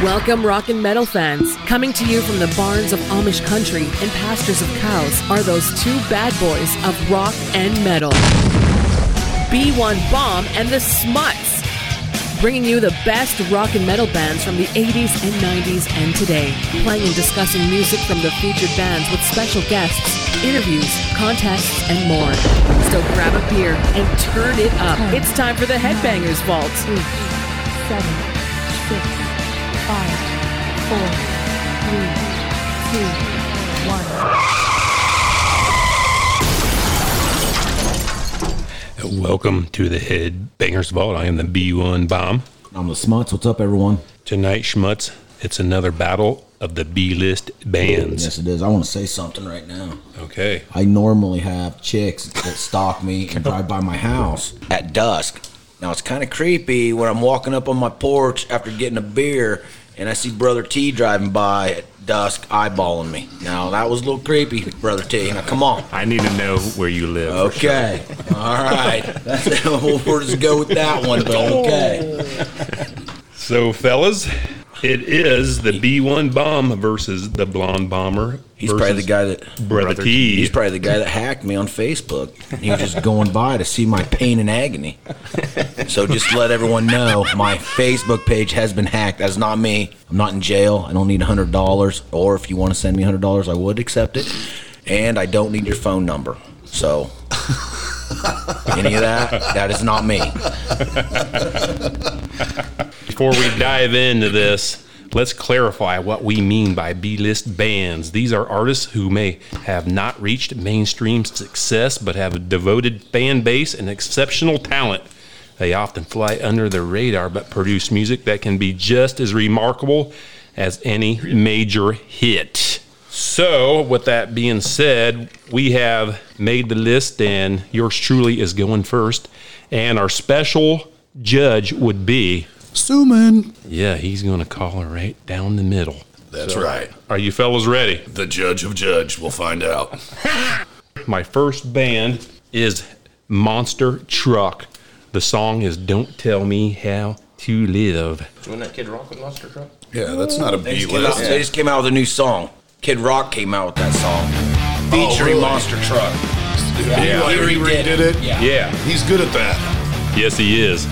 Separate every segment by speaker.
Speaker 1: Welcome, rock and metal fans. Coming to you from the barns of Amish country and pastures of cows are those two bad boys of rock and metal B1 Bomb and the Smuts, bringing you the best rock and metal bands from the 80s and 90s and today. Playing and discussing music from the featured bands with special guests, interviews, contests, and more. So grab a beer and turn it up. It's time for the Headbangers Vault.
Speaker 2: Eight, seven, six, five, four, three, two, one.
Speaker 3: Welcome to the Head Bangers Vault. I am the B1 Bomb.
Speaker 4: I'm the Smuts. What's up, everyone?
Speaker 3: Tonight, Schmutz, it's another battle of the B list bands.
Speaker 4: Yes, it is. I want to say something right now.
Speaker 3: Okay.
Speaker 4: I normally have chicks that stalk me and drive by my house at dusk. Now, it's kind of creepy when I'm walking up on my porch after getting a beer and I see Brother T driving by at dusk eyeballing me. Now, that was a little creepy, Brother T. Now, come on.
Speaker 5: I need to know where you live.
Speaker 4: Okay. All right. That's, we'll just go with that one, but okay.
Speaker 3: So, fellas, it is the B1 Bomb versus the Blonde Bomber.
Speaker 4: He's probably the
Speaker 3: versus
Speaker 4: guy that
Speaker 3: Brother,
Speaker 5: Brother
Speaker 3: T.
Speaker 4: He's probably the guy that hacked me on Facebook. He was just going by to see my pain and agony. So just to let everyone know, my Facebook page has been hacked. That's not me. I'm not in jail. I don't need $100. Or if you want to send me $100, I would accept it. And I don't need your phone number. So any of that, that is not me.
Speaker 3: Before we dive into this, let's clarify what we mean by B list bands. These are artists who may have not reached mainstream success but have a devoted fan base and exceptional talent. They often fly under the radar but produce music that can be just as remarkable as any major hit. So, with that being said, we have made the list, and yours truly is going first. And our special judge would be
Speaker 6: Suman.
Speaker 3: yeah, he's going to call her right down the middle.
Speaker 6: That's right.
Speaker 3: Are you fellas ready?
Speaker 6: The judge of judge will find out.
Speaker 3: My first band is Monster Truck. The song is Don't Tell Me How to Live.
Speaker 6: Yeah, that's not a
Speaker 4: They
Speaker 6: B
Speaker 4: just, came out,
Speaker 6: list.
Speaker 4: they just came out with a new song. Kid Rock came out with that song. Featuring
Speaker 6: Oh, really?
Speaker 4: Monster Truck.
Speaker 6: Yeah,
Speaker 4: he
Speaker 6: he
Speaker 4: redid
Speaker 6: redid it. Yeah.
Speaker 3: Yeah,
Speaker 6: He's good at that.
Speaker 3: yes, he is.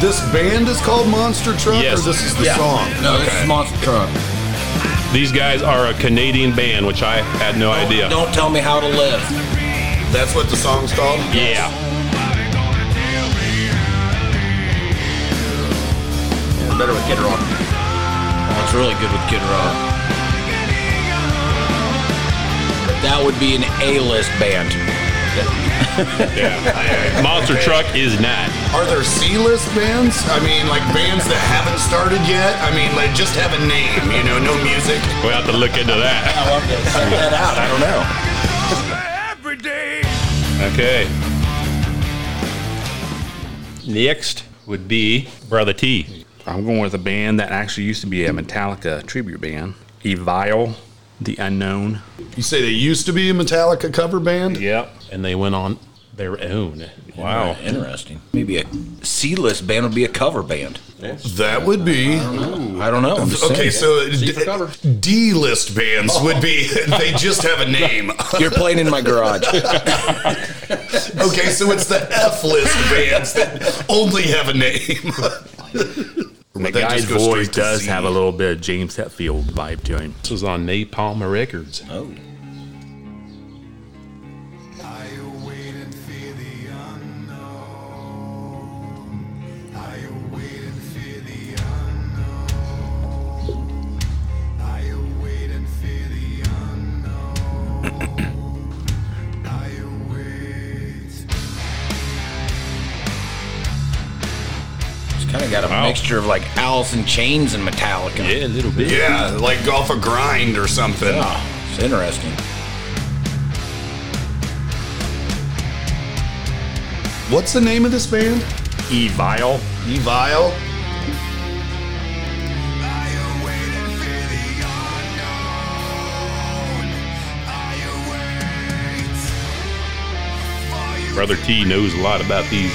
Speaker 6: This band is called Monster Truck,
Speaker 3: Yes.
Speaker 6: or this is the
Speaker 4: Yeah.
Speaker 6: song?
Speaker 4: No, this is Monster Truck.
Speaker 3: These guys are a Canadian band, which I had no idea.
Speaker 4: Don't tell me how to live.
Speaker 6: That's what the song's called.
Speaker 3: Yeah,
Speaker 4: Better with Kid Rock. It's really good with Kid Rock. But that would be an A-list band.
Speaker 3: yeah. Monster Truck is not.
Speaker 6: Are there C-list bands? I mean, like bands that haven't started yet. I mean, like just have a name, you know, no music.
Speaker 3: We'll have to look into that.
Speaker 4: I'll have to check that out. I don't know.
Speaker 3: Okay. Next would be Brother T.
Speaker 5: I'm going with a band that actually used to be a Metallica tribute band. Evile, The Unknown.
Speaker 6: You say they used to be a Metallica cover band?
Speaker 3: Yep. And they went on their own. Wow.
Speaker 4: Interesting. Maybe a C-list band would be a cover band.
Speaker 6: That would be.
Speaker 4: I don't know. I'm just
Speaker 6: Okay,
Speaker 4: saying.
Speaker 6: so d- D-list bands would be they just have a name.
Speaker 4: You're playing in my garage.
Speaker 6: Okay, so it's the F list bands that only have a name.
Speaker 5: And the
Speaker 6: that
Speaker 5: guy's
Speaker 6: just go
Speaker 5: voice
Speaker 6: straight to
Speaker 5: does
Speaker 6: Z.
Speaker 5: have a little bit of James Hetfield vibe to him.
Speaker 3: This was on Napalm Records.
Speaker 4: oh.
Speaker 7: I wait and fear the unknown. I wait and fear the unknown. I wait and fear the unknown. I wait.
Speaker 4: It's kind of got a mixture of like Alice in Chains and Metallica.
Speaker 3: Yeah, a little bit.
Speaker 6: Yeah, like off a grind or something.
Speaker 4: Ah, it's interesting.
Speaker 6: What's the name of this band?
Speaker 5: Evile.
Speaker 6: Evile.
Speaker 7: I
Speaker 3: Brother T knows a lot about these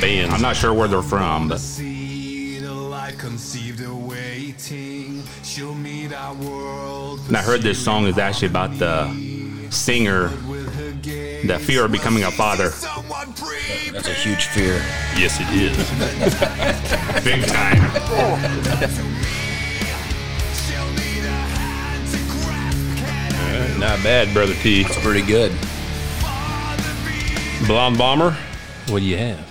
Speaker 3: bands.
Speaker 5: I'm not sure where they're from, but
Speaker 7: See the light conceived awaiting. She'll meet our world.
Speaker 5: and I heard this song is actually about the singer, the fear of becoming a father.
Speaker 7: Someone
Speaker 4: That's a huge fear.
Speaker 3: Yes, it is.
Speaker 5: Big time.
Speaker 3: not bad, Brother T.
Speaker 4: It's pretty good.
Speaker 3: Blonde Bomber, what do you have?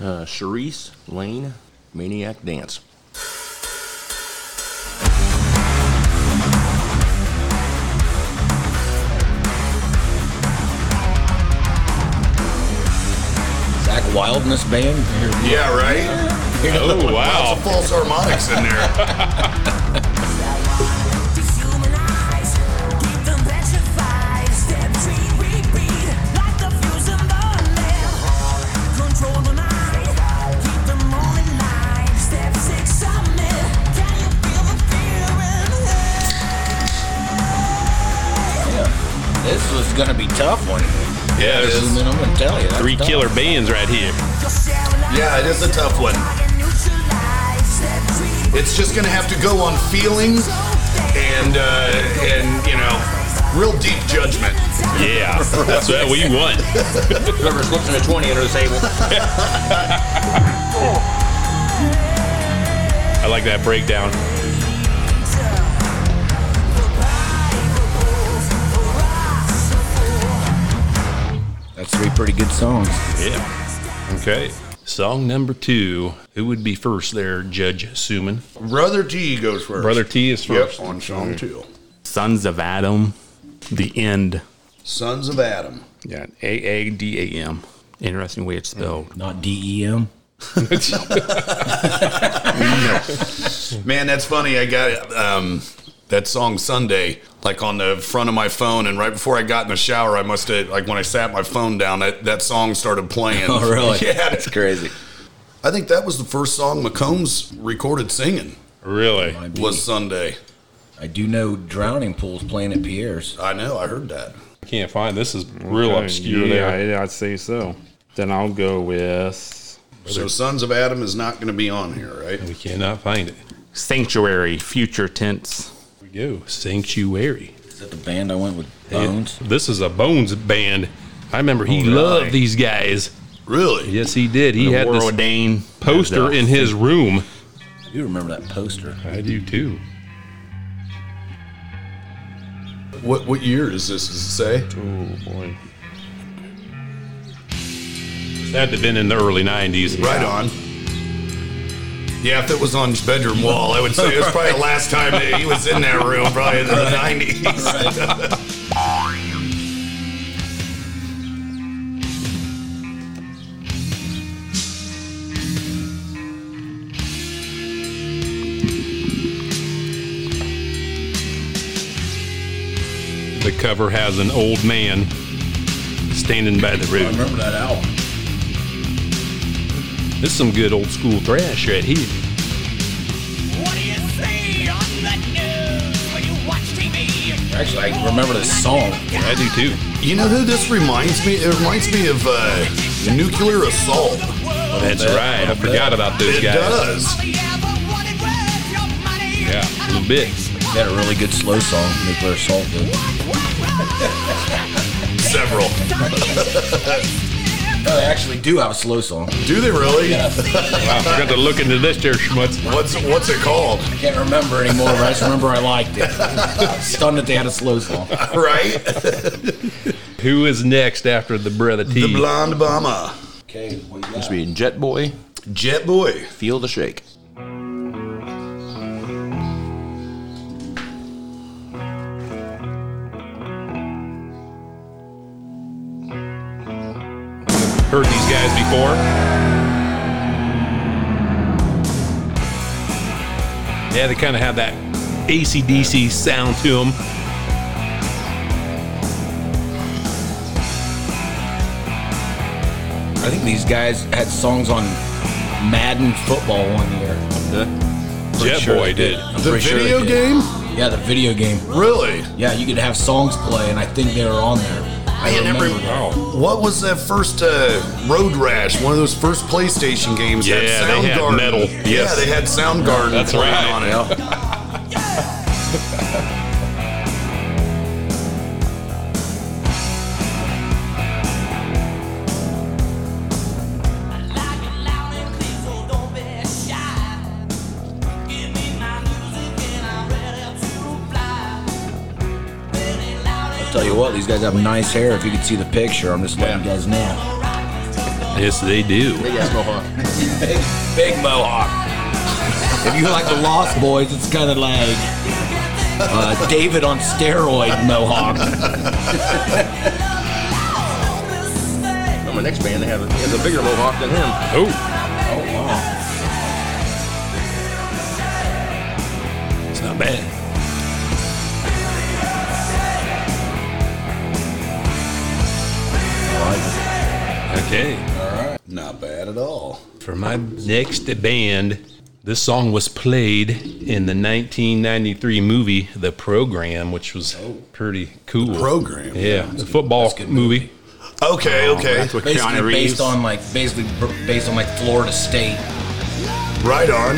Speaker 8: Uh, Charisse Lane, Maniac Dance.
Speaker 4: Zach Wild in this band.
Speaker 6: Yeah, right?
Speaker 3: Oh, wow.
Speaker 6: False harmonics in there.
Speaker 4: This was gonna be tough one.
Speaker 3: Yeah,
Speaker 4: This is,
Speaker 3: there's
Speaker 4: man, I'm gonna tell you. that's
Speaker 3: three
Speaker 4: tough.
Speaker 3: killer bands right here.
Speaker 6: Yeah, it is a tough one. It's just gonna have to go on feeling and uh, and you know, real deep judgment.
Speaker 3: Yeah, that's what we want.
Speaker 8: Whoever slips in a 20 under the table.
Speaker 3: I like that breakdown.
Speaker 4: That's three pretty good songs.
Speaker 3: Yeah. Okay. Song number two. Who would be first there, Judge Suman?
Speaker 6: Brother T goes first.
Speaker 3: Brother T is first.
Speaker 6: Yep, on song two.
Speaker 5: Sons of Adam, the end.
Speaker 6: Sons of Adam.
Speaker 5: Yeah, A A D A M. Interesting way it's spelled.
Speaker 4: Not E DEM.
Speaker 6: Man, that's funny. I got um, that song Sunday, like on the front of my phone, and right before I got in the shower, I must have, like when I sat my phone down, that, that song started playing.
Speaker 4: Oh, really?
Speaker 6: Yeah.
Speaker 4: That's crazy.
Speaker 6: I think that was the first song McCombs recorded singing
Speaker 3: Really?
Speaker 4: Might be.
Speaker 6: was Sunday.
Speaker 4: I do know Drowning Pool's playing at Pierre's.
Speaker 6: I know, I heard that.
Speaker 3: I can't find this. Is real obscure
Speaker 5: yeah,
Speaker 3: there.
Speaker 5: yeah, I'd say so. Then I'll go with
Speaker 6: So Sons of Adam is not going to be on here, right?
Speaker 3: We cannot find it.
Speaker 5: Sanctuary, Future Tense.
Speaker 3: Here we go. Sanctuary.
Speaker 4: Is that the band I went with? Bones.
Speaker 3: This is a Bones band. I remember he
Speaker 5: Oh, really?
Speaker 3: loved these guys.
Speaker 6: Really?
Speaker 3: Yes, he did. He had this
Speaker 5: Ordain
Speaker 3: poster in his room.
Speaker 4: I do remember that poster.
Speaker 3: I do too.
Speaker 6: What what year is this? Does it say?
Speaker 5: Oh boy.
Speaker 3: That'd have been in the early '90s.
Speaker 6: Right on. Yeah, if it was on his bedroom wall, I would say it was probably the last time that he was in that room, probably in the 90s.
Speaker 3: The cover has an old man standing by the road.
Speaker 4: remember that album.
Speaker 3: This is some good old school thrash right here.
Speaker 4: Actually, I remember this song.
Speaker 3: I do too.
Speaker 6: You know who this reminds me? It reminds me of uh, Nuclear Assault.
Speaker 3: That's
Speaker 4: bit,
Speaker 3: right. I
Speaker 4: little bit.
Speaker 3: forgot about those
Speaker 6: It
Speaker 3: guys.
Speaker 6: does.
Speaker 3: Yeah, a little bit.
Speaker 4: They had a really good slow song, Nuclear Assault. Did.
Speaker 6: Several.
Speaker 4: No, Oh, they actually do have a slow song.
Speaker 6: Do they really?
Speaker 3: Wow, I forgot to look into this there, Schmutz.
Speaker 6: What's what's it called?
Speaker 4: I can't remember anymore, but I just remember I liked it. Stunned that they had a slow song.
Speaker 6: Right?
Speaker 3: Who is next after the Brother T?
Speaker 6: The Blonde Bomber.
Speaker 4: Okay, what you
Speaker 8: This
Speaker 4: got?
Speaker 8: being Jet Boy,
Speaker 6: Jet Boy.
Speaker 8: Feel the Shake.
Speaker 3: Heard these guys before. Yeah, they kind of have that ACDC sound to them.
Speaker 4: I think these guys had songs on Madden football one year. Pretty
Speaker 3: Jet
Speaker 4: sure
Speaker 3: Boy
Speaker 4: they
Speaker 3: did.
Speaker 4: I'm
Speaker 6: The
Speaker 4: pretty sure they
Speaker 6: video
Speaker 4: did.
Speaker 6: game?
Speaker 4: Yeah, the video game.
Speaker 6: Really?
Speaker 4: Yeah, you could have songs play, and I think they were on there.
Speaker 6: I Man, that rem- What was that first uh, Road Rash? One of those first PlayStation games. that
Speaker 3: Yeah, they had
Speaker 6: Soundgarden-
Speaker 3: metal.
Speaker 6: Yeah,
Speaker 3: Yes.
Speaker 6: they had Soundgarden.
Speaker 3: That's
Speaker 6: playing
Speaker 3: right.
Speaker 6: On it.
Speaker 4: I'll tell you what, these guys have nice hair. If you could see the picture, I'm just letting you guys know.
Speaker 3: Yes, they do.
Speaker 8: Big ass mohawk.
Speaker 4: Big, big mohawk. If you like the Lost Boys, it's kind of like uh, David on steroid mohawk.
Speaker 8: On my next band, they have a, he has a bigger mohawk than him.
Speaker 3: Oh,
Speaker 4: Oh wow.
Speaker 3: it's not bad. Okay.
Speaker 6: Not bad at all.
Speaker 3: For my next band, this song was played in the 1993 movie The Program, which was pretty cool.
Speaker 6: Oh. Program.
Speaker 3: Yeah, the football movie.
Speaker 6: Okay.
Speaker 3: Oh,
Speaker 6: Okay.
Speaker 5: That's what
Speaker 4: Basically
Speaker 5: Keanu Reeves.
Speaker 4: based on like basically based on like Florida State.
Speaker 6: Right on.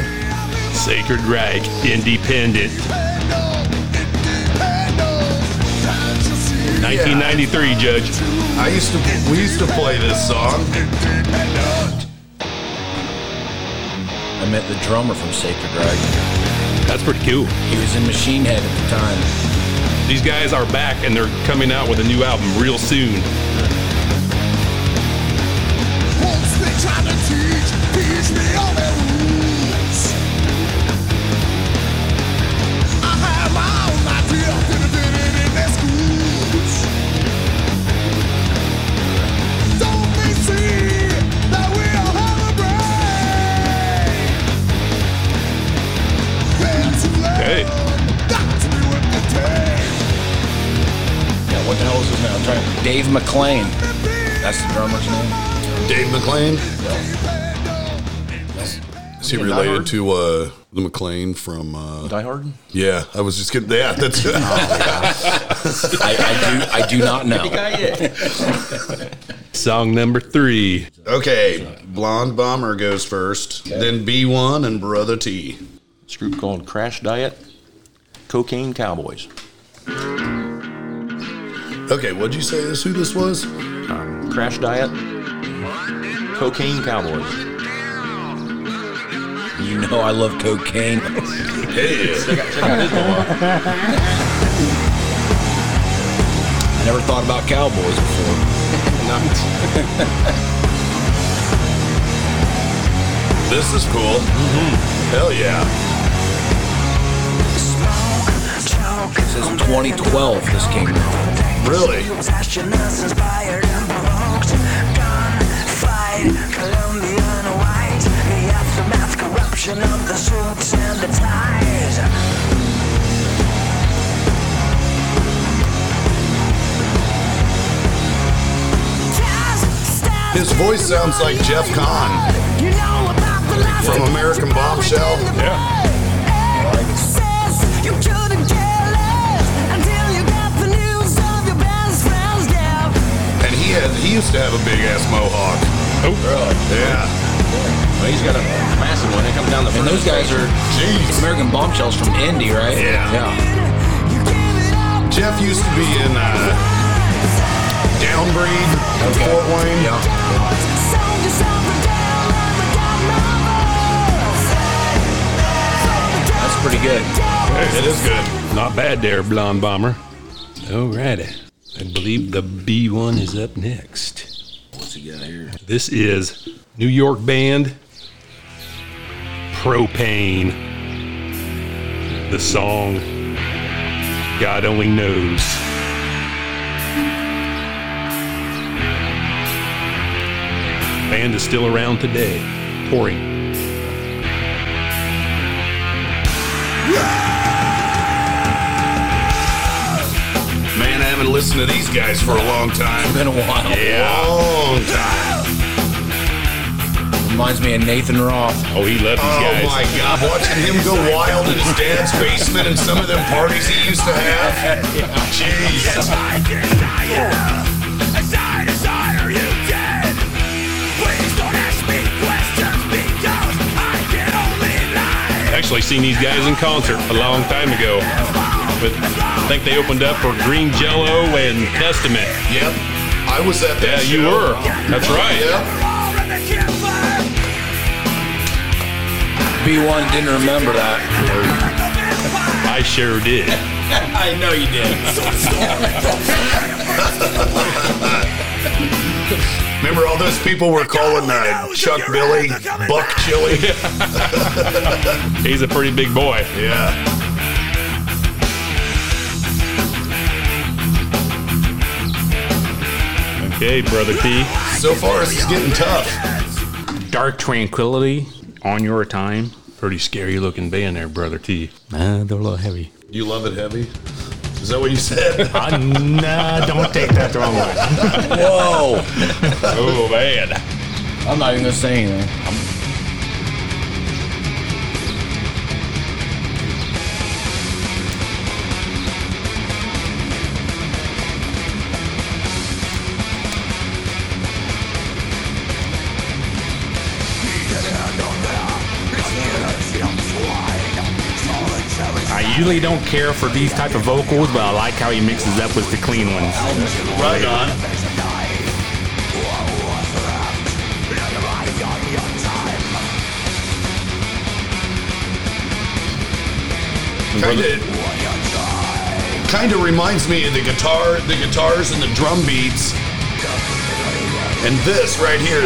Speaker 3: Sacred Rag, Independent. 1993, Judge.
Speaker 6: I used to. We used to play this song.
Speaker 4: I met the drummer from Sacred Dragon.
Speaker 3: That's pretty cool.
Speaker 4: He was in Machine Head at the time.
Speaker 3: These guys are back and they're coming out with a new album real soon. Hey.
Speaker 4: Yeah, what the hell is his name? I'm trying. Dave McLean. That's the drummer's name.
Speaker 6: Dave McLean. Is he
Speaker 8: Yeah, Die
Speaker 6: related
Speaker 8: Hard.
Speaker 6: to uh, the McLean from? Uh,
Speaker 8: Die Hard.
Speaker 6: yeah, I was just kidding. Yeah, that's.
Speaker 4: I, I do I do not know.
Speaker 3: Song number three.
Speaker 6: okay, Blonde Bomber goes first, then B1 and Brother T.
Speaker 8: This group called Crash Diet Cocaine Cowboys.
Speaker 6: Okay, what'd you say? This who this was?
Speaker 8: Um, Crash Diet Cocaine Cowboys.
Speaker 4: You know I love cocaine.
Speaker 6: Yeah.
Speaker 4: I never thought about cowboys before.
Speaker 6: this is cool. Hell yeah.
Speaker 4: This is 2012 this came out.
Speaker 6: Really? His voice sounds like Jeff Kahn from American Bombshell.
Speaker 3: Yeah.
Speaker 6: And he had he used to have a big ass mohawk.
Speaker 3: Oh,
Speaker 6: Yeah.
Speaker 8: Well, he's got a massive one. It comes down the
Speaker 4: And
Speaker 8: front.
Speaker 4: those guys are
Speaker 6: Jeez.
Speaker 4: American bombshells from Indy, right?
Speaker 6: Yeah.
Speaker 4: Yeah.
Speaker 6: Jeff used to be in uh, Downbreed,
Speaker 4: Okay.
Speaker 6: Fort Wayne.
Speaker 4: Yeah. That's pretty good.
Speaker 6: It is good.
Speaker 3: not bad there, Blonde Bomber. Alrighty. I believe the B1 is up next.
Speaker 4: What's he got here?
Speaker 3: This is New York band Propane. The song God Only Knows. Band is still around today, touring.
Speaker 6: Man, I haven't listened to these guys for a long time.
Speaker 4: Been a while.
Speaker 6: Yeah. Long time.
Speaker 4: Reminds me of Nathan Roth.
Speaker 3: Oh, he loved these
Speaker 6: Oh
Speaker 3: guys.
Speaker 6: my God, watching him go wild in his dad's basement and some of them parties he used to have. Jeez.
Speaker 3: actually seen these guys in concert a long time ago. But I think they opened up for Green Jello and Testament.
Speaker 6: Yep. I was at
Speaker 3: Yeah,
Speaker 6: that.
Speaker 3: you
Speaker 6: show.
Speaker 3: were. That's right.
Speaker 6: Yeah.
Speaker 4: B1 didn't remember that.
Speaker 3: I sure did.
Speaker 8: I know you did.
Speaker 6: Remember all those people were calling uh, Chuck Billy Buck Chili?
Speaker 3: He's a pretty big boy.
Speaker 6: Yeah.
Speaker 3: Okay, brother P.
Speaker 6: So far, it's getting tough.
Speaker 5: Dark Tranquility, On Your Time.
Speaker 3: Pretty scary looking band there, brother T.
Speaker 5: Uh, they're a little heavy.
Speaker 6: You love it heavy? Is that what you said?
Speaker 5: nah, don't take that the wrong way.
Speaker 4: Whoa!
Speaker 3: Oh man.
Speaker 4: I'm not even gonna say anything.
Speaker 5: I usually don't care for these type of vocals, but I like how he mixes up with the clean ones.
Speaker 6: right on. Kind of, kind of reminds me of the guitar, the guitars and the drum beats. And this right here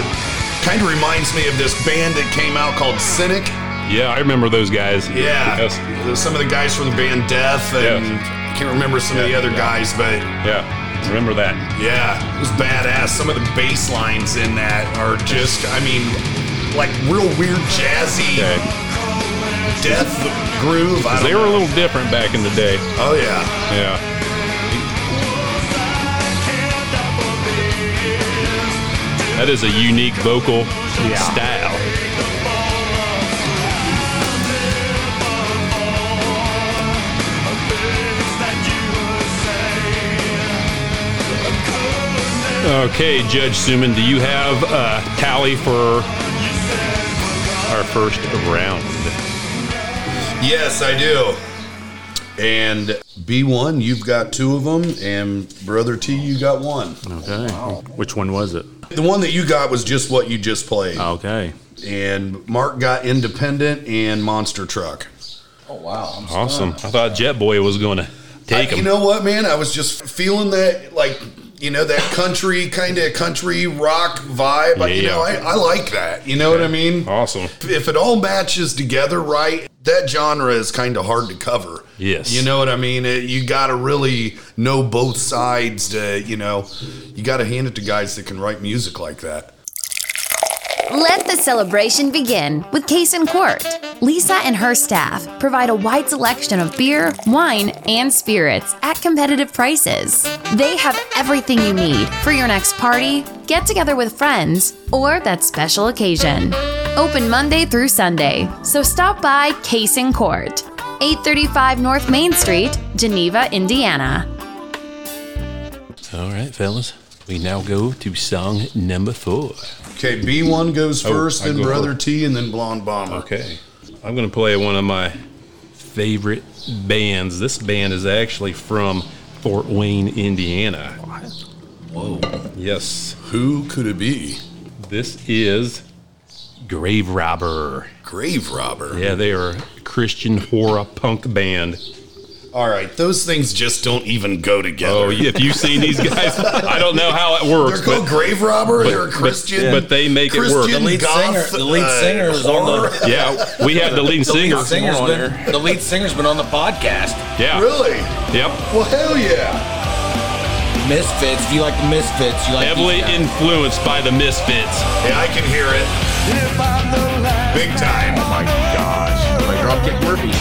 Speaker 6: kind of reminds me of this band that came out called Cynic.
Speaker 3: Yeah, I remember those guys.
Speaker 6: Yeah,
Speaker 3: Yes.
Speaker 6: some of the guys from the band Death, and
Speaker 3: Yes.
Speaker 6: I can't remember some of the
Speaker 3: Yeah,
Speaker 6: other
Speaker 3: yeah.
Speaker 6: guys, but
Speaker 3: Yeah. Remember that.
Speaker 6: yeah, it was badass. Some of the bass lines in that are just, I mean, like real weird jazzy
Speaker 3: Okay.
Speaker 6: death groove. I don't
Speaker 3: They were a
Speaker 6: know.
Speaker 3: little different back in the day.
Speaker 6: oh yeah,
Speaker 3: Yeah. That is a unique vocal style. Okay, Judge Suman, do you have a tally for our first round?
Speaker 6: yes I do. And B1, you've got two of them, and Brother T, you got one.
Speaker 5: Okay. Which one was it?
Speaker 6: The one that you got was just what you just played,
Speaker 3: Oh.
Speaker 5: Okay.
Speaker 6: and Mark got Independent and Monster Truck.
Speaker 4: Oh wow! I'm
Speaker 3: Awesome. I thought Jet Boy was going to take
Speaker 6: I-
Speaker 3: him.
Speaker 6: You know what, man? I was just feeling that, like, you know, that country kind of country rock vibe. Like, You
Speaker 3: Yeah.
Speaker 6: know, I, I like that. You know what I mean?
Speaker 3: awesome.
Speaker 6: If it all matches together right, that genre is kind of hard to cover.
Speaker 3: Yes.
Speaker 6: You know what I mean? It, you got to really know both sides to, you know, you got to hand it to guys that can write music like that.
Speaker 9: Let the celebration begin with Case and Court. Lisa and her staff provide a wide selection of beer, wine, and spirits at competitive prices. They have everything you need for your next party, get together with friends, or that special occasion. Open Monday through Sunday, so stop by Case and Court, 835 North Main Street, Geneva, Indiana.
Speaker 3: All right, fellas. We now go to song number four.
Speaker 6: Okay, B1 goes first,
Speaker 3: Oh, I
Speaker 6: then
Speaker 3: go
Speaker 6: Brother
Speaker 3: first.
Speaker 6: T, and then Blonde Bomber.
Speaker 3: Okay. I'm going to play one of my favorite bands. This band is actually from Fort Wayne, Indiana. Whoa. Yes.
Speaker 6: Who could it be?
Speaker 3: This is Grave Robber.
Speaker 6: Grave Robber.
Speaker 3: Yeah, they are a Christian horror punk band.
Speaker 6: All right, those things just don't even go together.
Speaker 3: Oh, if you've seen these guys, I don't know how it works.
Speaker 6: They're called
Speaker 3: but-
Speaker 6: Grave Robber. they're a Christian,
Speaker 3: but they make it work.
Speaker 6: Christian
Speaker 3: The
Speaker 4: lead
Speaker 6: goth,
Speaker 4: singer- the lead
Speaker 6: uh,
Speaker 4: singer is on the-
Speaker 6: horror.
Speaker 3: yeah, we had the lead singer.
Speaker 4: The lead singer's been the lead singer's been on the podcast.
Speaker 3: Yeah.
Speaker 6: uh, Really?
Speaker 3: Yep.
Speaker 6: Well, hell yeah!
Speaker 4: Misfits. If you like the Misfits, you like
Speaker 3: Heavily
Speaker 4: these guys.
Speaker 3: influenced by the Misfits.
Speaker 6: Yeah, I can hear it. Big
Speaker 3: Oh
Speaker 6: time.
Speaker 8: My gosh. My dropkick Murphy.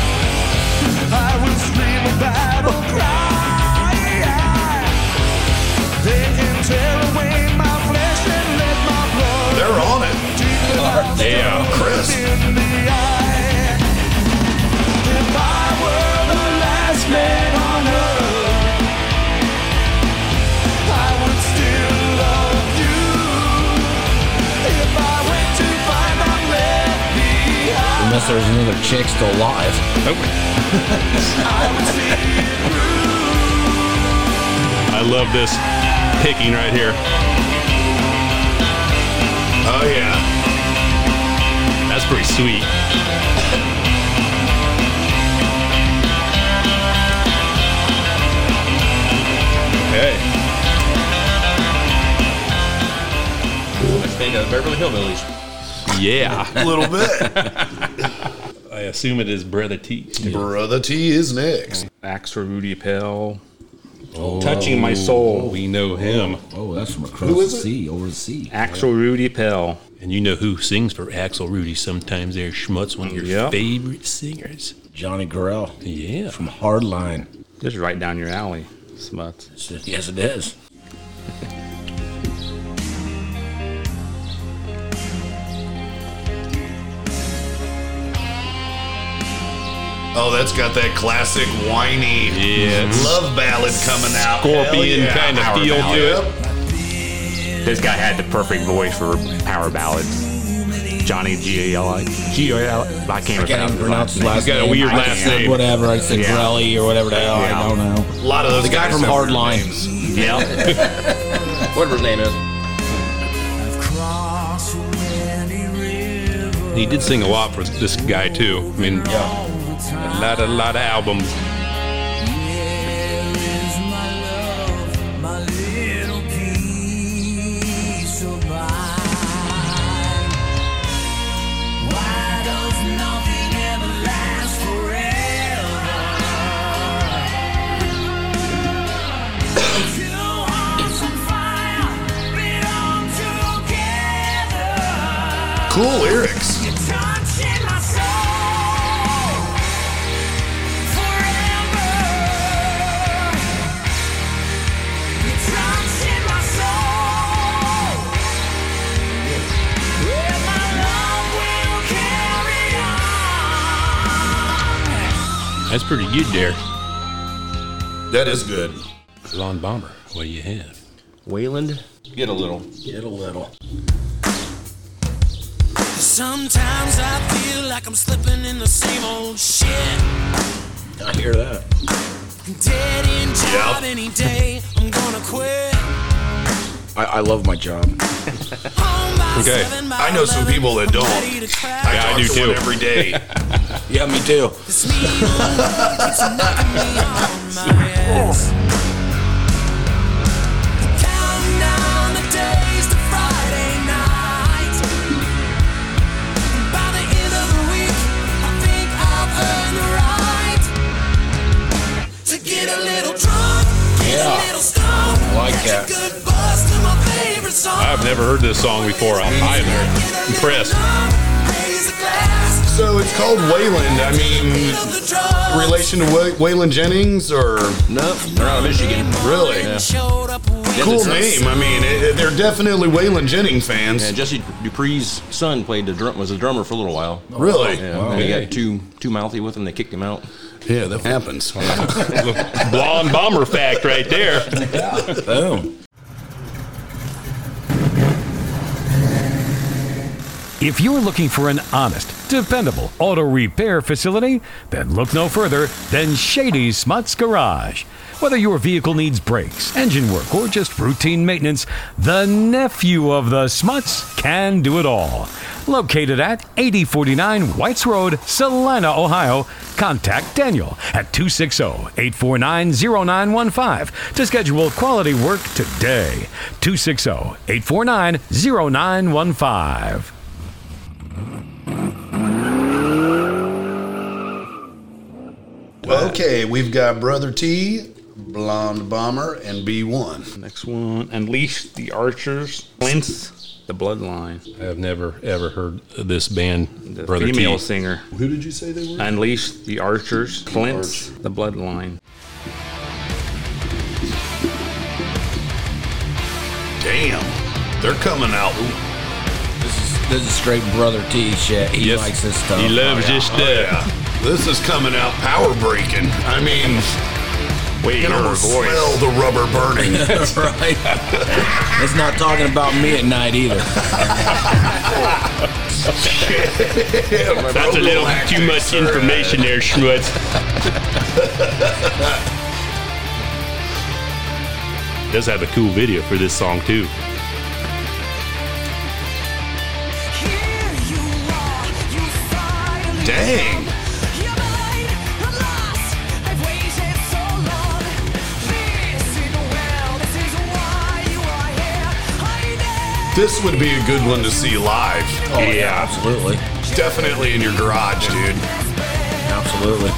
Speaker 6: They're on it.
Speaker 3: Yeah.
Speaker 6: Chris.
Speaker 4: The unless there's another chick still alive.
Speaker 3: I love this picking right here.
Speaker 6: Oh yeah.
Speaker 3: That's pretty sweet.
Speaker 6: Hey.
Speaker 8: Next thing, uh, Beverly Hillbillies.
Speaker 3: Yeah.
Speaker 6: A little bit.
Speaker 3: I assume it is Brother T.
Speaker 6: Brother T is next.
Speaker 3: Axe for Rudy Pell. Touching my soul. We know him.
Speaker 4: Oh, that's from across the sea, over the sea.
Speaker 5: Axel Rudy Pell.
Speaker 3: And you know who sings for Axel Rudy sometimes they're Schmutz, one of your
Speaker 5: Yep.
Speaker 3: favorite singers.
Speaker 4: Johnny Grell
Speaker 3: Yeah.
Speaker 4: from Hardline.
Speaker 5: Just right down your alley, Smuts.
Speaker 4: Yes, it is.
Speaker 6: Oh, that's got that classic whiny
Speaker 3: Yes.
Speaker 6: love ballad coming out.
Speaker 3: Scorpion kind of feel to it.
Speaker 5: This guy had the perfect voice for power ballads. Johnny G A L I G A L. I can't,
Speaker 4: I can't even pronounce his last
Speaker 3: got a
Speaker 4: name.
Speaker 3: weird
Speaker 4: I
Speaker 3: last
Speaker 4: said
Speaker 3: name.
Speaker 4: Whatever, I said
Speaker 5: Yeah.
Speaker 4: Grelly or whatever the hell.
Speaker 5: Yeah.
Speaker 4: I don't know.
Speaker 6: A lot of those
Speaker 4: The guy
Speaker 6: guys
Speaker 4: from
Speaker 6: have weird
Speaker 4: Hardline.
Speaker 6: names.
Speaker 5: Yeah.
Speaker 8: Whatever his name is.
Speaker 3: He did sing a lot for this guy too. I mean, a lot, a lot of albums.
Speaker 6: Cool lyrics.
Speaker 3: That's pretty good there.
Speaker 6: That is good.
Speaker 3: Lon Bomber, what do you have?
Speaker 8: Wayland. Get a little.
Speaker 4: Get a little.
Speaker 10: Sometimes I feel like I'm slipping in the same old shit.
Speaker 4: I hear that.
Speaker 10: Dead end job any day. I'm gonna quit.
Speaker 4: I, I love my job.
Speaker 10: Home by
Speaker 3: Okay.
Speaker 10: seven, by
Speaker 6: I know some
Speaker 10: 11,
Speaker 6: people that
Speaker 10: I'm
Speaker 6: don't.
Speaker 10: ready to crack.
Speaker 6: I talk
Speaker 3: do
Speaker 6: to
Speaker 3: too.
Speaker 6: one every day.
Speaker 4: Yeah, me too.
Speaker 10: This needle keeps knocking me on my ass. Counting down the days to Friday night. By the end of the week, I think I've earned the right to get a little drunk, get a
Speaker 4: Yeah.
Speaker 10: little
Speaker 4: I
Speaker 10: stoned,
Speaker 4: like
Speaker 10: catch
Speaker 4: that.
Speaker 10: a good buzz to my favorite song.
Speaker 3: I've never heard this song before. I'm either.
Speaker 10: Get a little
Speaker 3: Impressed.
Speaker 10: numb, raise a glass,
Speaker 6: So it's called Wayland. I
Speaker 10: hit
Speaker 6: mean,
Speaker 10: up the drugs.
Speaker 6: relation to Way- Waylon Jennings or
Speaker 8: No, they're out of Michigan.
Speaker 6: really
Speaker 10: Showed up with
Speaker 6: cool name. I mean, it, it- they're definitely Waylon Jennings fans.
Speaker 8: And Jesse Dupree's son played the drum was a drummer for a little while.
Speaker 6: really?
Speaker 8: Yeah, and he got too too mouthy with him. They kicked him out.
Speaker 6: Yeah, that happens.
Speaker 3: Blonde Bomber fact right there.
Speaker 10: Oh.
Speaker 4: Boom.
Speaker 11: If you're looking for an honest, dependable auto repair facility, then look no further than Shady Smuts Garage. Whether your vehicle needs brakes, engine work, or just routine maintenance, the nephew of the Smuts can do it all. Located at 8049 Whites Road, Salina, Ohio, contact Daniel at oh, 260 849 0915 to schedule quality work today. oh, 260 849 0915.
Speaker 6: okay, we've got Brother T, Blonde Bomber, and B1.
Speaker 5: Next one, Unleash the Archers, Cleanse the Bloodline.
Speaker 3: I've never ever heard of this band,
Speaker 5: The
Speaker 3: Brother
Speaker 5: female
Speaker 3: T.
Speaker 5: singer.
Speaker 6: Who did you say they were?
Speaker 5: Unleash the Archers, Cleanse the Bloodline.
Speaker 6: Damn, they're coming out.
Speaker 4: This is, this is straight brother T shit. He
Speaker 3: Yes.
Speaker 4: likes this stuff.
Speaker 3: He loves this stuff.
Speaker 6: This is coming out power breaking. I mean,
Speaker 12: Wait,
Speaker 6: You can
Speaker 12: your
Speaker 6: almost
Speaker 12: voice.
Speaker 6: smell the rubber burning.
Speaker 10: That's right. it's not talking about me at night either.
Speaker 3: That's a little too much information there, Schmutz. Does have a cool video for this song too.
Speaker 6: Dang. This would be a good one to see live.
Speaker 10: Oh, yeah, absolutely.
Speaker 6: Definitely in your garage, dude.
Speaker 10: Absolutely.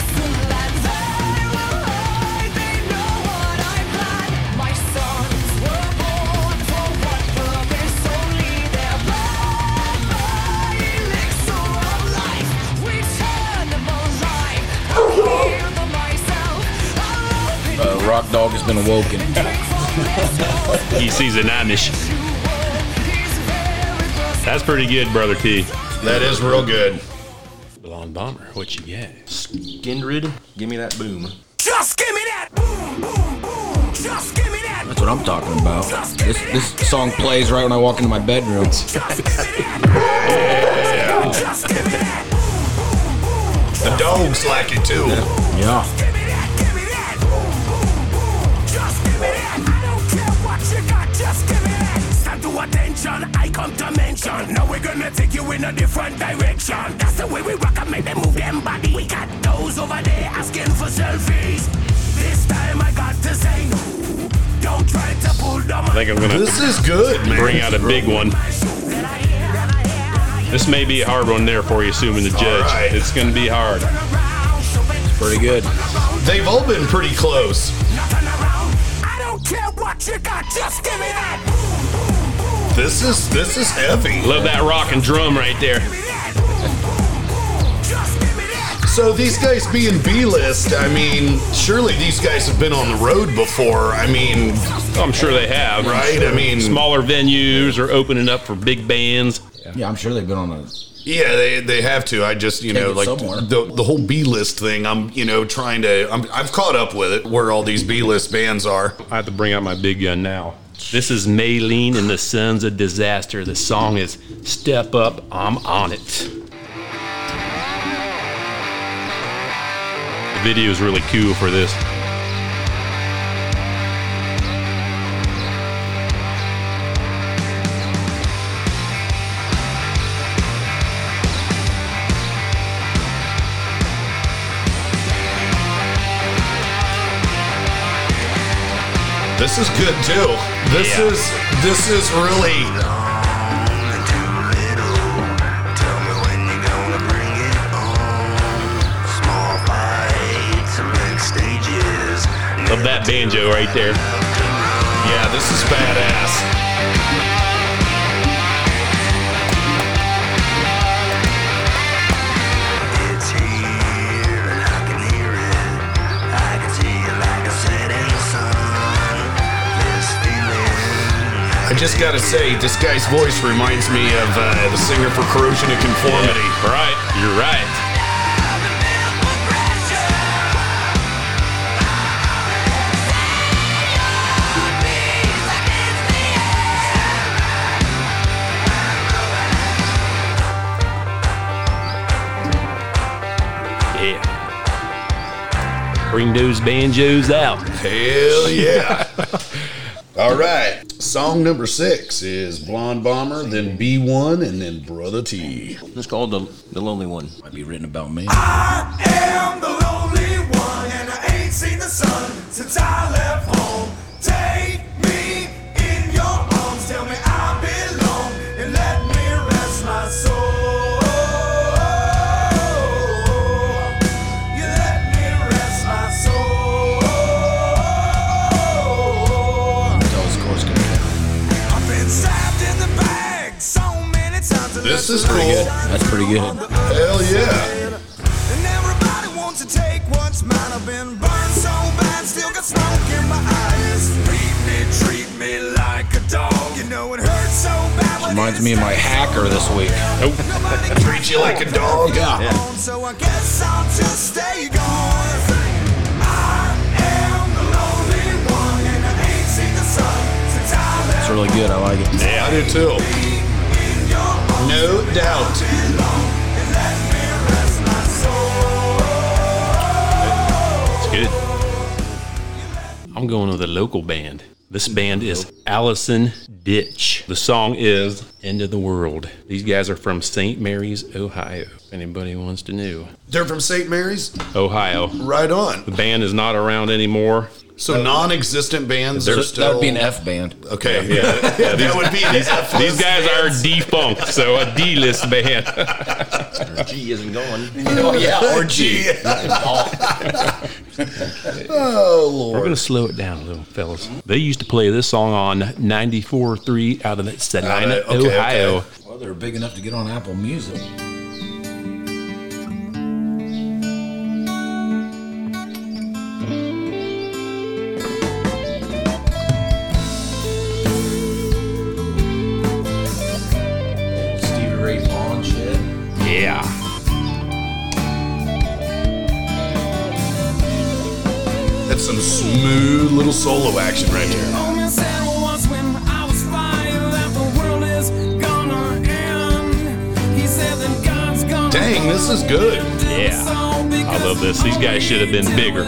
Speaker 10: Uh, Rock Dog has been awoken.
Speaker 3: He sees an Amish. That's pretty good, brother T.
Speaker 6: That is real good.
Speaker 3: Blonde bomber, what you get?
Speaker 4: Skindred, give me that boom.
Speaker 5: Just give me that boom, boom, boom. Just give me that.
Speaker 10: That's what I'm talking about. This, this song plays right when I walk into my bedroom.
Speaker 5: Just give me that.
Speaker 6: The dogs like it too.
Speaker 10: Yeah.
Speaker 5: Just give me that. I don't care what you got. Just give me that. Stand to attention. I come to mention. Now we're gonna take you in a different direction. That's the way we rock and make them move them body. We got those over there asking for selfies. This time I got to say no. Don't try to pull them.
Speaker 3: I think I'm gonna.
Speaker 6: This is good, man.
Speaker 3: Bring out a big one. This may be a hard one there for you, assuming the judge.
Speaker 6: right.
Speaker 3: It's gonna be hard.
Speaker 10: Pretty good.
Speaker 6: They've all been pretty close.
Speaker 5: I don't care what you got. Just give me that.
Speaker 6: This is this is heavy.
Speaker 3: Love that rock and drum right there.
Speaker 6: So these guys being B list, I mean, surely these guys have been on the road before. I mean,
Speaker 3: I'm sure they have.
Speaker 6: Right, I mean-
Speaker 3: smaller venues are opening up for big bands.
Speaker 10: Yeah, I'm sure they've been on a.
Speaker 6: yeah, they, they have to. I just you
Speaker 10: Take
Speaker 6: know
Speaker 10: it
Speaker 6: like
Speaker 10: somewhere.
Speaker 6: the the whole B list thing. I'm you know trying to. I'm, I've caught up with it where all these B list bands are.
Speaker 3: I have to bring out my big gun now. This is Maylene and the Sons of Disaster. The song is Step Up, I'm On It. The video is really cool for this.
Speaker 6: This is good too. This
Speaker 3: Yeah.
Speaker 6: is this is really
Speaker 3: Love that banjo right there.
Speaker 6: yeah. This is badass. I just gotta say, this guy's voice reminds me of uh, the singer for Corrosion of Conformity.
Speaker 3: Right, you're right. Yeah. Bring those banjos out.
Speaker 6: Hell yeah. All right. Song number six is Blonde Bomber, then B1, and then Brother T.
Speaker 4: It's called the, the Lonely One.
Speaker 10: Might be written about me.
Speaker 5: am the lonely one, and I ain't seen the sun since I left home. Take me in your arms, tell me I belong, and let me rest my soul. You let me rest my soul. I've been stabbed in the back so many times. and
Speaker 6: This
Speaker 5: left
Speaker 6: is pretty good.
Speaker 10: That's pretty good.
Speaker 6: Hell Oh, yeah.
Speaker 5: and everybody wants to take what's mine. I've been burned so bad, still got smoke in my eyes. Treat me, treat me like a dog. You know it hurts so bad. but
Speaker 10: Reminds
Speaker 5: it's
Speaker 10: me of my hacker this week.
Speaker 5: nobody
Speaker 6: Treat you like a dog.
Speaker 10: Yeah.
Speaker 5: gone, so I guess I'll just stay gone. I am the
Speaker 4: really good. I like it.
Speaker 6: Yeah, I do too. No doubt.
Speaker 3: It's good. I'm going with a local band. This band is Allison Ditch. The song is End of the World. These guys are from St. Mary's, Ohio. If anybody wants to know,
Speaker 6: They're from St. Mary's.
Speaker 3: Ohio.
Speaker 6: Right on.
Speaker 3: The band is not around anymore.
Speaker 6: So non-existent bands.
Speaker 3: They're-
Speaker 6: Are
Speaker 3: that would
Speaker 6: still...
Speaker 4: be an F band.
Speaker 6: Okay, yeah, that would be an
Speaker 3: these,
Speaker 6: F.
Speaker 3: these guys are defunct, so a D list band.
Speaker 8: G isn't going.
Speaker 4: Oh, yeah, or
Speaker 6: G.
Speaker 4: Oh
Speaker 3: We're going to slow it down a little, fellas. They used to play this song on 94.3 out of Salina,
Speaker 4: Alright, Uh, okay,
Speaker 3: Ohio.
Speaker 4: okay. Well, they're big enough to get on Apple Music. Stevie Ray Vaughan shit.
Speaker 3: Yeah.
Speaker 6: That's some smooth little solo action right there. Dang, this is good.
Speaker 3: Yeah. I love this. These guys should have been bigger.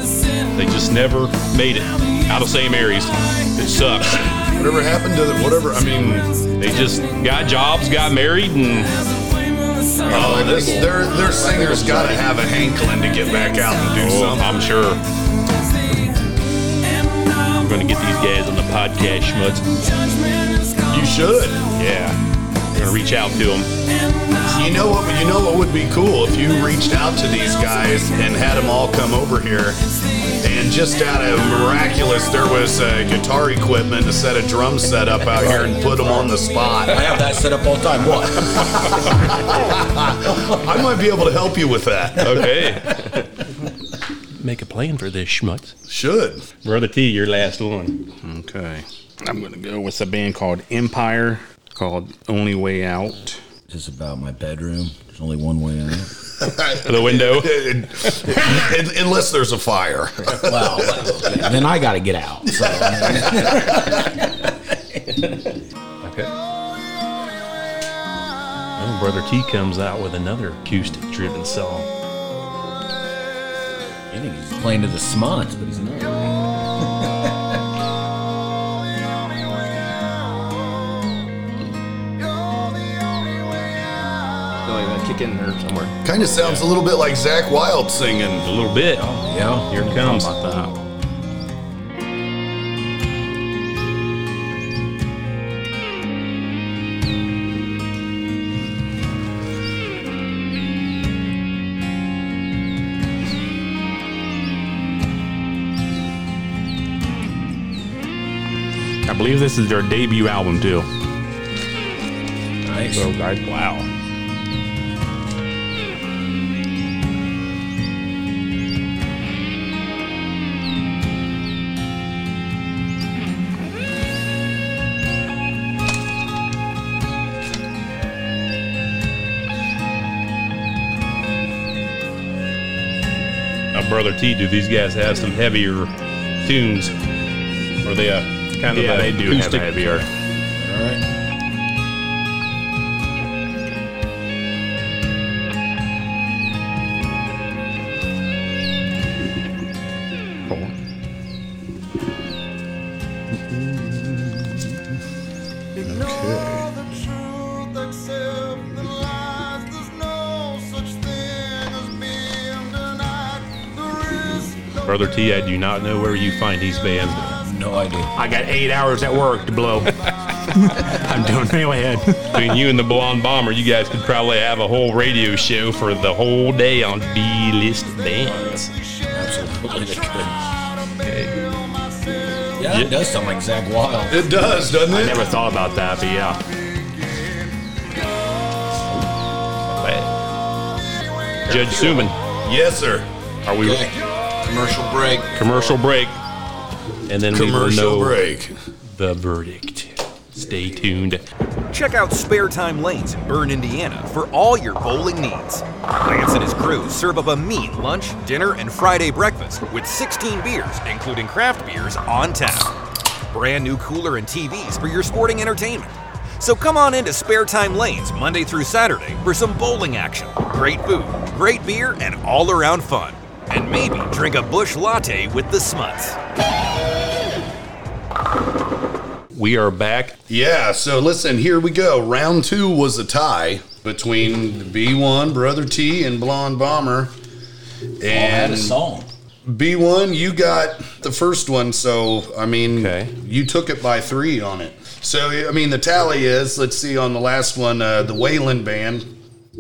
Speaker 3: They just never made it out of St. Mary's. It sucks.
Speaker 6: Whatever happened to the, whatever? I mean,
Speaker 3: they just got jobs, got married, and
Speaker 6: Oh, this their their singer's got to have a Hanklin to get back out and do
Speaker 3: Oh,
Speaker 6: something.
Speaker 3: I'm sure. I'm going to get these guys on the podcast, schmutz.
Speaker 6: You should.
Speaker 3: Yeah. I'm going to reach out to them.
Speaker 6: You know what? You know what would be cool if you reached out to these guys and had them all come over here, and just out of miraculous, there was uh, guitar equipment, a set of drum set up out here, and put them on the spot.
Speaker 4: I have that set up all the time. What?
Speaker 6: I might be able to help you with that.
Speaker 3: Okay. Make a plan for this, schmutz.
Speaker 6: Should.
Speaker 3: Brother T, your last one.
Speaker 5: Okay. I'm going to go with a band called Empire called Only Way Out.
Speaker 4: Just about my bedroom. There's only one way out.
Speaker 3: The window.
Speaker 6: Un- Unless there's a fire.
Speaker 4: Well, then I got to get out. So,
Speaker 3: Okay. Well, Brother T comes out with another acoustic driven song.
Speaker 4: I think he's playing to the smuts, but he's not.
Speaker 8: No, you gotta kick in there somewhere.
Speaker 6: Kind of sounds a little bit like Zach Wild singing.
Speaker 3: A little bit.
Speaker 4: Yeah.
Speaker 3: Here it comes.
Speaker 5: How about that? I believe this is their debut album too.
Speaker 4: Nice.
Speaker 5: So, guys, wow.
Speaker 3: Now, Brother T, do these guys have some heavier tunes? Are they a kind of
Speaker 5: Yeah,
Speaker 3: a
Speaker 5: they do have a
Speaker 3: acoustic?
Speaker 5: heavier.
Speaker 4: All right.
Speaker 3: Brother T, I do not know where you find these bands
Speaker 4: No idea.
Speaker 5: I got eight hours at work to blow. I'm doing it ahead.
Speaker 3: between you and the Blonde Bomber. You guys could probably have a whole radio show for the whole day on B-list bands.
Speaker 4: Absolutely, they could. Yeah, it does sound like Zach Wild.
Speaker 6: It does, doesn't
Speaker 5: I
Speaker 6: it?
Speaker 5: never thought about that, but yeah.
Speaker 3: But- Judge Suman,
Speaker 6: Yes, sir.
Speaker 3: are we
Speaker 4: Commercial break.
Speaker 3: commercial break? And then we will
Speaker 6: Commercial
Speaker 3: know
Speaker 6: break.
Speaker 3: the verdict. Stay tuned.
Speaker 13: Check out Spare Time Lanes in Burn, Indiana for all your bowling needs. Lance and his crew serve up a meat lunch, dinner, and Friday breakfast with 16 beers, including craft beers, on tap. brand new cooler and TVs for your sporting entertainment. So come on into Spare Time Lanes Monday through Saturday for some bowling action, great food, great beer, and all around fun. And maybe drink a bush latte with the smuts.
Speaker 6: We are back. Yeah, so listen, here we go. Round two was a tie between B1, Brother T, and Blonde Bomber. And
Speaker 4: had a song.
Speaker 6: B1, you got the first one, so I mean, you took it by three on it. So, I mean, the tally is let's see on the last one, uh, the Wayland Band.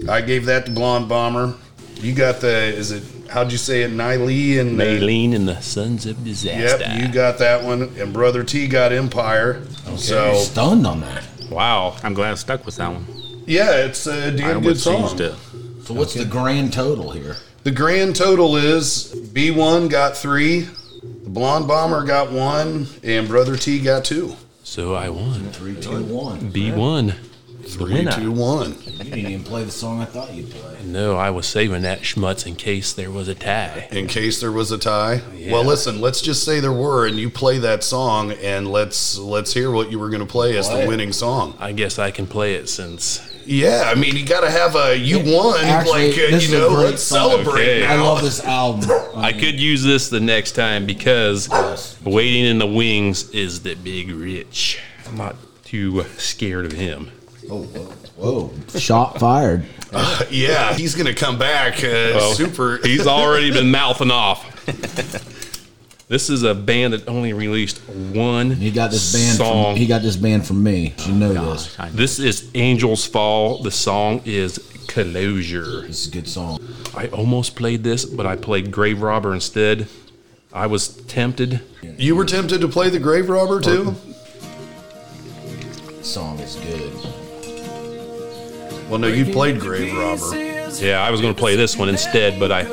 Speaker 6: I gave that to Blonde Bomber. You got the, is it, how'd you say it? Nylene and. uh,
Speaker 3: Maylene and the Sons of Disaster.
Speaker 6: Yep, you got that one, and Brother T got Empire. So
Speaker 4: stunned on that.
Speaker 5: Wow, I'm glad I stuck with that one.
Speaker 6: yeah, it's a
Speaker 5: I
Speaker 6: damn good
Speaker 5: almost
Speaker 6: song.
Speaker 5: changed it.
Speaker 4: So what's the grand total here?
Speaker 6: The grand total is B1 got three, the Blonde Bomber got one, and Brother T got two.
Speaker 3: So I won.
Speaker 4: Three, two, one.
Speaker 3: B1. is the
Speaker 6: Three,
Speaker 3: winner.
Speaker 6: two, one.
Speaker 4: You didn't even play the song I thought you'd play.
Speaker 3: No, I was saving that schmutz in case there was a tie.
Speaker 6: In case there was a tie. Well, listen, let's just say there were, and you play that song, and let's let's hear what you were going to play as
Speaker 3: Play
Speaker 6: the
Speaker 3: it.
Speaker 6: winning song.
Speaker 3: I guess I can play it since.
Speaker 6: Yeah, I mean, you got to have a you won,
Speaker 4: Actually,
Speaker 6: like uh,
Speaker 4: this is
Speaker 6: you
Speaker 4: a
Speaker 6: know,
Speaker 4: great
Speaker 6: let's
Speaker 4: song.
Speaker 6: celebrate.
Speaker 3: Okay.
Speaker 4: I love this album.
Speaker 3: I could use this the next time because waiting in the wings is the big rich. I'm not too scared of him.
Speaker 4: Oh, whoa. whoa. Shot fired.
Speaker 6: Yeah, he's going to come back uh,
Speaker 3: Oh,
Speaker 6: super.
Speaker 3: He's already been mouthing off. This is a band that only released one.
Speaker 4: He got this band.
Speaker 3: song.
Speaker 4: From, he got this band from me. You know this.
Speaker 3: This is Angels Fall. The song is Closure. This
Speaker 4: is a good song.
Speaker 3: I almost played this, but I played Grave Robber instead. I was tempted.
Speaker 6: You were tempted to play the Grave Robber too.
Speaker 4: Song is good.
Speaker 6: Well, no, you played Grave Robber.
Speaker 3: Yeah, I was going to play this one instead, but I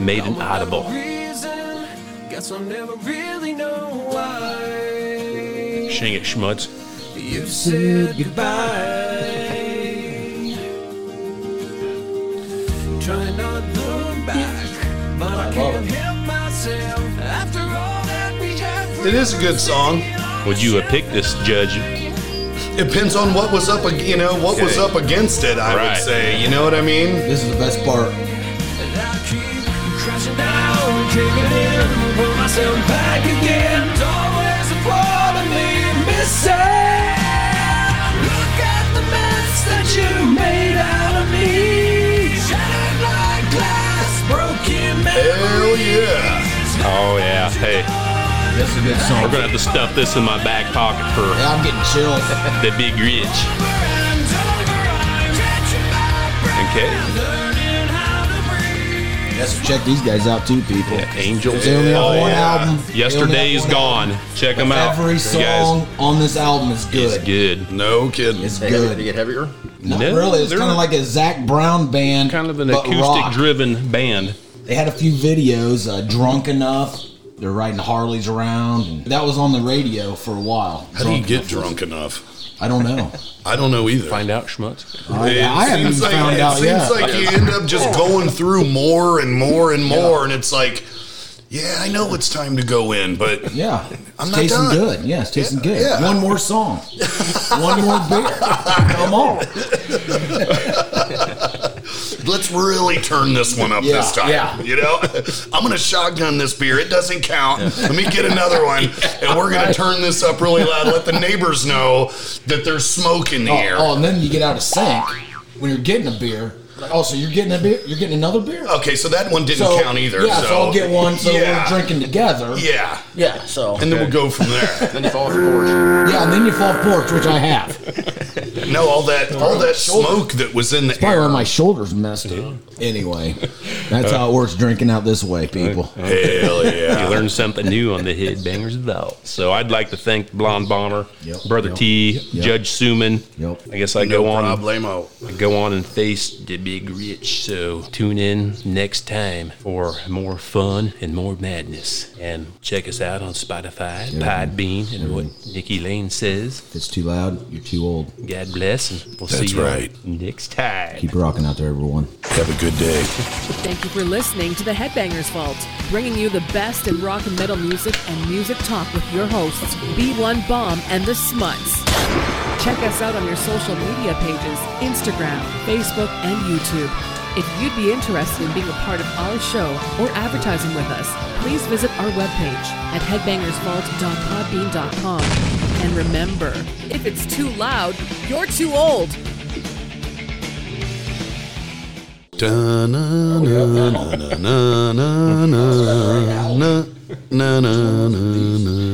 Speaker 3: made an audible.
Speaker 10: Guess I'll never really know why
Speaker 3: Shing it, schmutz.
Speaker 10: you said goodbye. Try not to look back, but I, can't help myself after all that we have.
Speaker 6: It is a good song.
Speaker 3: Would you have picked this, Judge?
Speaker 6: Depends on what was up, ag- you know, what was
Speaker 3: Okay.
Speaker 6: up against it. I
Speaker 3: Right.
Speaker 6: would say, you know what I mean.
Speaker 4: This is the best part.
Speaker 10: Crashing down, kicking in, pull myself back again. There's always a part of me missing. Look at the mess that you made out of me. Shattered like glass, broken
Speaker 6: Hell yeah!
Speaker 3: Oh, yeah. Hey.
Speaker 4: This is a good song.
Speaker 3: We're going to have to stuff this in my back pocket for
Speaker 4: Yeah, I'm getting chills.
Speaker 3: the big rich. Okay.
Speaker 4: Yes, check these guys out too, people.
Speaker 3: Angels.
Speaker 4: They only have
Speaker 3: Oh,
Speaker 4: one
Speaker 3: yeah.
Speaker 4: album.
Speaker 3: Yesterday is
Speaker 4: They only have one
Speaker 3: gone. Check them out.
Speaker 4: Every
Speaker 3: Guys,
Speaker 4: song on this album is
Speaker 3: it's
Speaker 4: good.
Speaker 3: good.
Speaker 6: No kidding.
Speaker 4: It's good.
Speaker 8: get heavier?
Speaker 4: Not
Speaker 3: No,
Speaker 4: really. It's
Speaker 3: they're-
Speaker 4: kind of like a Zach Brown band.
Speaker 3: Kind of an
Speaker 4: but rock.
Speaker 3: acoustic driven band.
Speaker 4: They had a few videos. Uh, Drunk enough. They're riding Harleys around. And that was on the radio for a while.
Speaker 6: How do you
Speaker 4: Drunk
Speaker 6: get
Speaker 4: Enough.
Speaker 6: drunk enough?
Speaker 4: I don't know.
Speaker 6: I don't know either.
Speaker 3: Find out, schmutz.
Speaker 4: I,
Speaker 6: It
Speaker 4: I haven't
Speaker 6: seems like,
Speaker 4: found
Speaker 6: it
Speaker 4: out
Speaker 6: seems
Speaker 4: yet.
Speaker 6: like you end up just going through more and more and more, and it's like, yeah, I know it's time to go in, but
Speaker 4: yeah, it's
Speaker 6: not
Speaker 4: tasting
Speaker 6: done.
Speaker 4: good. Yeah, it's tasting good.
Speaker 6: yeah.
Speaker 4: One more song. One more beer. Come on.
Speaker 6: let's really turn this one up
Speaker 4: Yeah,
Speaker 6: this time.
Speaker 4: yeah.
Speaker 6: You know, I'm gonna shotgun this beer. It doesn't count. Let me get another one, and we're gonna turn this up really loud. Let the neighbors know that there's smoke in the
Speaker 4: Oh,
Speaker 6: air.
Speaker 4: oh, and then you get out of sync when you're getting a beer. Oh, so you're getting a beer? You're getting another beer?
Speaker 6: Okay, so that one didn't
Speaker 4: so,
Speaker 6: count either.
Speaker 4: Yeah, so, I'll get one. So
Speaker 6: yeah,
Speaker 4: we're drinking together.
Speaker 6: Yeah,
Speaker 4: Yeah, so
Speaker 6: and then we'll go from there.
Speaker 8: Then you fall off the board.
Speaker 4: yeah, and then you fall porch, which I have.
Speaker 6: No, all that all that smoke that was in the
Speaker 4: Probably where
Speaker 6: air.
Speaker 4: my shoulders messed up. Anyway, that's how it works drinking out this way, people.
Speaker 5: uh.
Speaker 6: Hell yeah.
Speaker 3: You learn something new on the Head Bangers Vault. So I'd like to thank Blonde Bomber,
Speaker 4: Yep.
Speaker 3: Brother
Speaker 4: Yep.
Speaker 3: T,
Speaker 4: Yep.
Speaker 3: Judge Suman.
Speaker 4: Yep.
Speaker 3: I guess I
Speaker 6: No
Speaker 3: go on.
Speaker 6: problemo.
Speaker 3: I go on and face the big rich. So tune in next time for more fun and more madness. And check us out on Spotify, Podbean, and what Nikki Lane says.
Speaker 4: If it's too loud, you're too old.
Speaker 3: God bless, and we'll
Speaker 4: That's
Speaker 3: see you
Speaker 4: right.
Speaker 3: next time.
Speaker 4: Keep rocking out there, everyone. Have a good day.
Speaker 1: Thank you for listening to The Headbangers Vault, bringing you the best in rock and metal music and music talk with your hosts, B1 Bomb and The Smuts. Check us out on your social media pages Instagram, Facebook, and YouTube. If you'd be interested in being a part of our show or advertising with us, please visit our webpage at headbangersvault.podbean.com. And remember, if it's too loud, you're too old.
Speaker 6: Da-na-na-na-na-na-na-na-na-na-na-na.